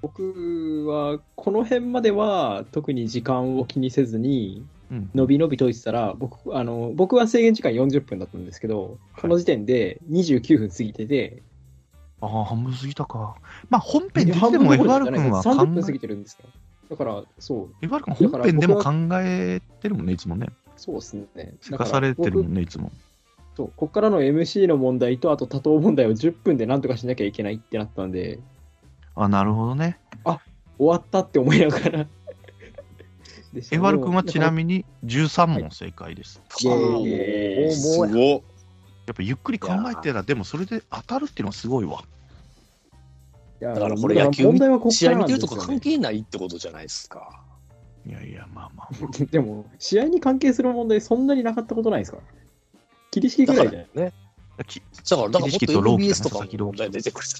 Speaker 2: 僕は、この辺までは特に時間を気にせずに、
Speaker 1: うん。
Speaker 2: 伸び伸びといてたら僕あの、僕は制限時間40分だったんですけど、この時点で29分過ぎてて、
Speaker 1: ああ、半分過ぎたか。まあ、本編で
Speaker 2: 半
Speaker 1: で
Speaker 2: 分
Speaker 1: も
Speaker 2: どころ
Speaker 1: FR
Speaker 2: じゃない
Speaker 1: 君は考
Speaker 2: 30分過
Speaker 1: え
Speaker 2: ぎ、てるんですよ。だから、そう、
Speaker 1: FR 君本編でも考えてるもんね、いつもね。
Speaker 2: そうですね。
Speaker 1: せ
Speaker 2: だ
Speaker 1: か
Speaker 2: から
Speaker 1: されてるも
Speaker 2: 僕
Speaker 1: んね、いつも。
Speaker 2: そうこっからの MC の問題と、あと多答問題を10分でなんとかしなきゃいけないってなったんで、
Speaker 1: あなるほどね。
Speaker 2: 終わったって思いながら。 でした
Speaker 1: FR 君はちな
Speaker 2: も
Speaker 1: みに13問正解です。
Speaker 2: イエーイ
Speaker 3: えーすごっ
Speaker 1: やっぱゆっくり考えてたら、でもそれで当たるっていうのはすごいわ。
Speaker 2: ういや
Speaker 4: だからこれ
Speaker 2: だ
Speaker 4: 野球
Speaker 2: 問題はこっか
Speaker 4: 試
Speaker 2: ら
Speaker 4: 合
Speaker 2: なん
Speaker 4: 見て
Speaker 2: で
Speaker 4: る
Speaker 2: す
Speaker 4: とか
Speaker 2: よ、
Speaker 4: 関
Speaker 2: ね。
Speaker 4: 係ないってことじゃないですか。
Speaker 1: いやいや、まあまあ。
Speaker 2: でも、試合に関係する問題、そんなになかったことないですか切り式ぐらいじゃない
Speaker 4: ね。
Speaker 1: き
Speaker 4: だから、だからもっ
Speaker 1: 知識と
Speaker 4: と
Speaker 1: 朗希だね
Speaker 4: MBS とか
Speaker 1: 佐々木朗
Speaker 4: も
Speaker 1: 希
Speaker 4: 出てくるか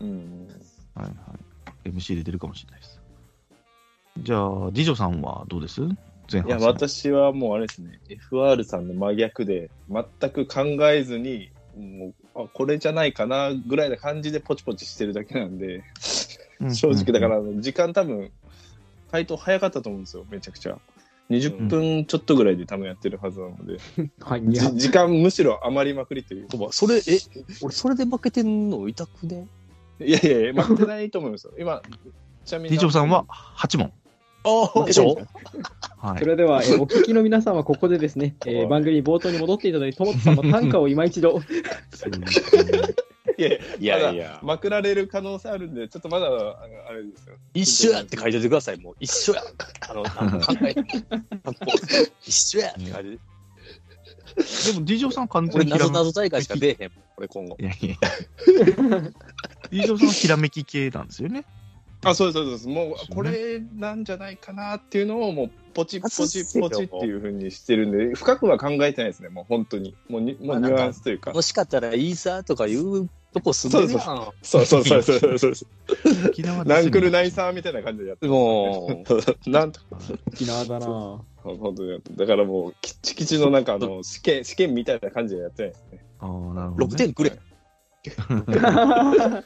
Speaker 4: ら。
Speaker 3: うん
Speaker 1: はいはい。MC で出るかもしれないです。じゃあ、次女さんはどうです前
Speaker 3: いや、
Speaker 1: 半戦。
Speaker 3: 私はもうあれですね、FR さんの真逆で、全く考えずに、もうあこれじゃないかなぐらいな感じでポチポチしてるだけなんで、
Speaker 1: うん
Speaker 3: 正直だか。ら、あの時間多分、回答早かったと思うんですよ、めちゃくちゃ。 20分ちょっとぐらいで多分やってるはずなので、
Speaker 2: はい、
Speaker 3: じ時間むしろ余りまくりという
Speaker 4: お前それ、え、俺それで負けてんの痛くね
Speaker 3: いやいやいや 負けてないと思いますよ今ちなみ
Speaker 7: リチョウさんは8問。
Speaker 4: ああ、でしょ
Speaker 7: は
Speaker 2: そ
Speaker 7: い。
Speaker 2: れでは、えーお聞きの皆さんはここでですね、 えー番組冒頭に戻っていただいて、ともさんの短歌を今一度、
Speaker 3: いやいや
Speaker 4: い
Speaker 3: や
Speaker 4: や
Speaker 3: い
Speaker 4: いや、
Speaker 3: まくられる可能性あるんでちょっとまだあのあれですよ
Speaker 4: 一緒やって書いておいてください、もう。一緒や。 あの、なんか考え、一緒やって書いて。
Speaker 7: でも、ディジョウさん完全
Speaker 4: 俺、
Speaker 7: にひら
Speaker 4: 謎
Speaker 7: め
Speaker 4: 謎大会しか出えへんもん、俺今後。
Speaker 7: いやいや。ディジョウさんはひらめき系なんですよね。
Speaker 3: あそうですそうですもう
Speaker 7: ね
Speaker 3: これなんじゃないかなっていうのをもうポチポ
Speaker 4: あそうっ
Speaker 3: チ
Speaker 4: すよ
Speaker 3: ポチっていうふうにしてるんで深くは考えてないですねもう本当にもうにもうニュアンスというか
Speaker 4: もしかったらいいさとか言うとこすんでるやん。
Speaker 3: そうそうそうそうそうそう
Speaker 7: 沖縄
Speaker 3: ナンクルナイ
Speaker 7: ん。
Speaker 3: サーみたいな感じでやって
Speaker 4: も
Speaker 3: るなんと
Speaker 2: 沖縄だな
Speaker 3: 本当にやってるだからもうきっちきちのなんかあの試験試験みたい な感じでやってないですね
Speaker 7: ああ、なるほ
Speaker 4: う、
Speaker 7: ど、
Speaker 4: 6点くれ。
Speaker 2: ぁ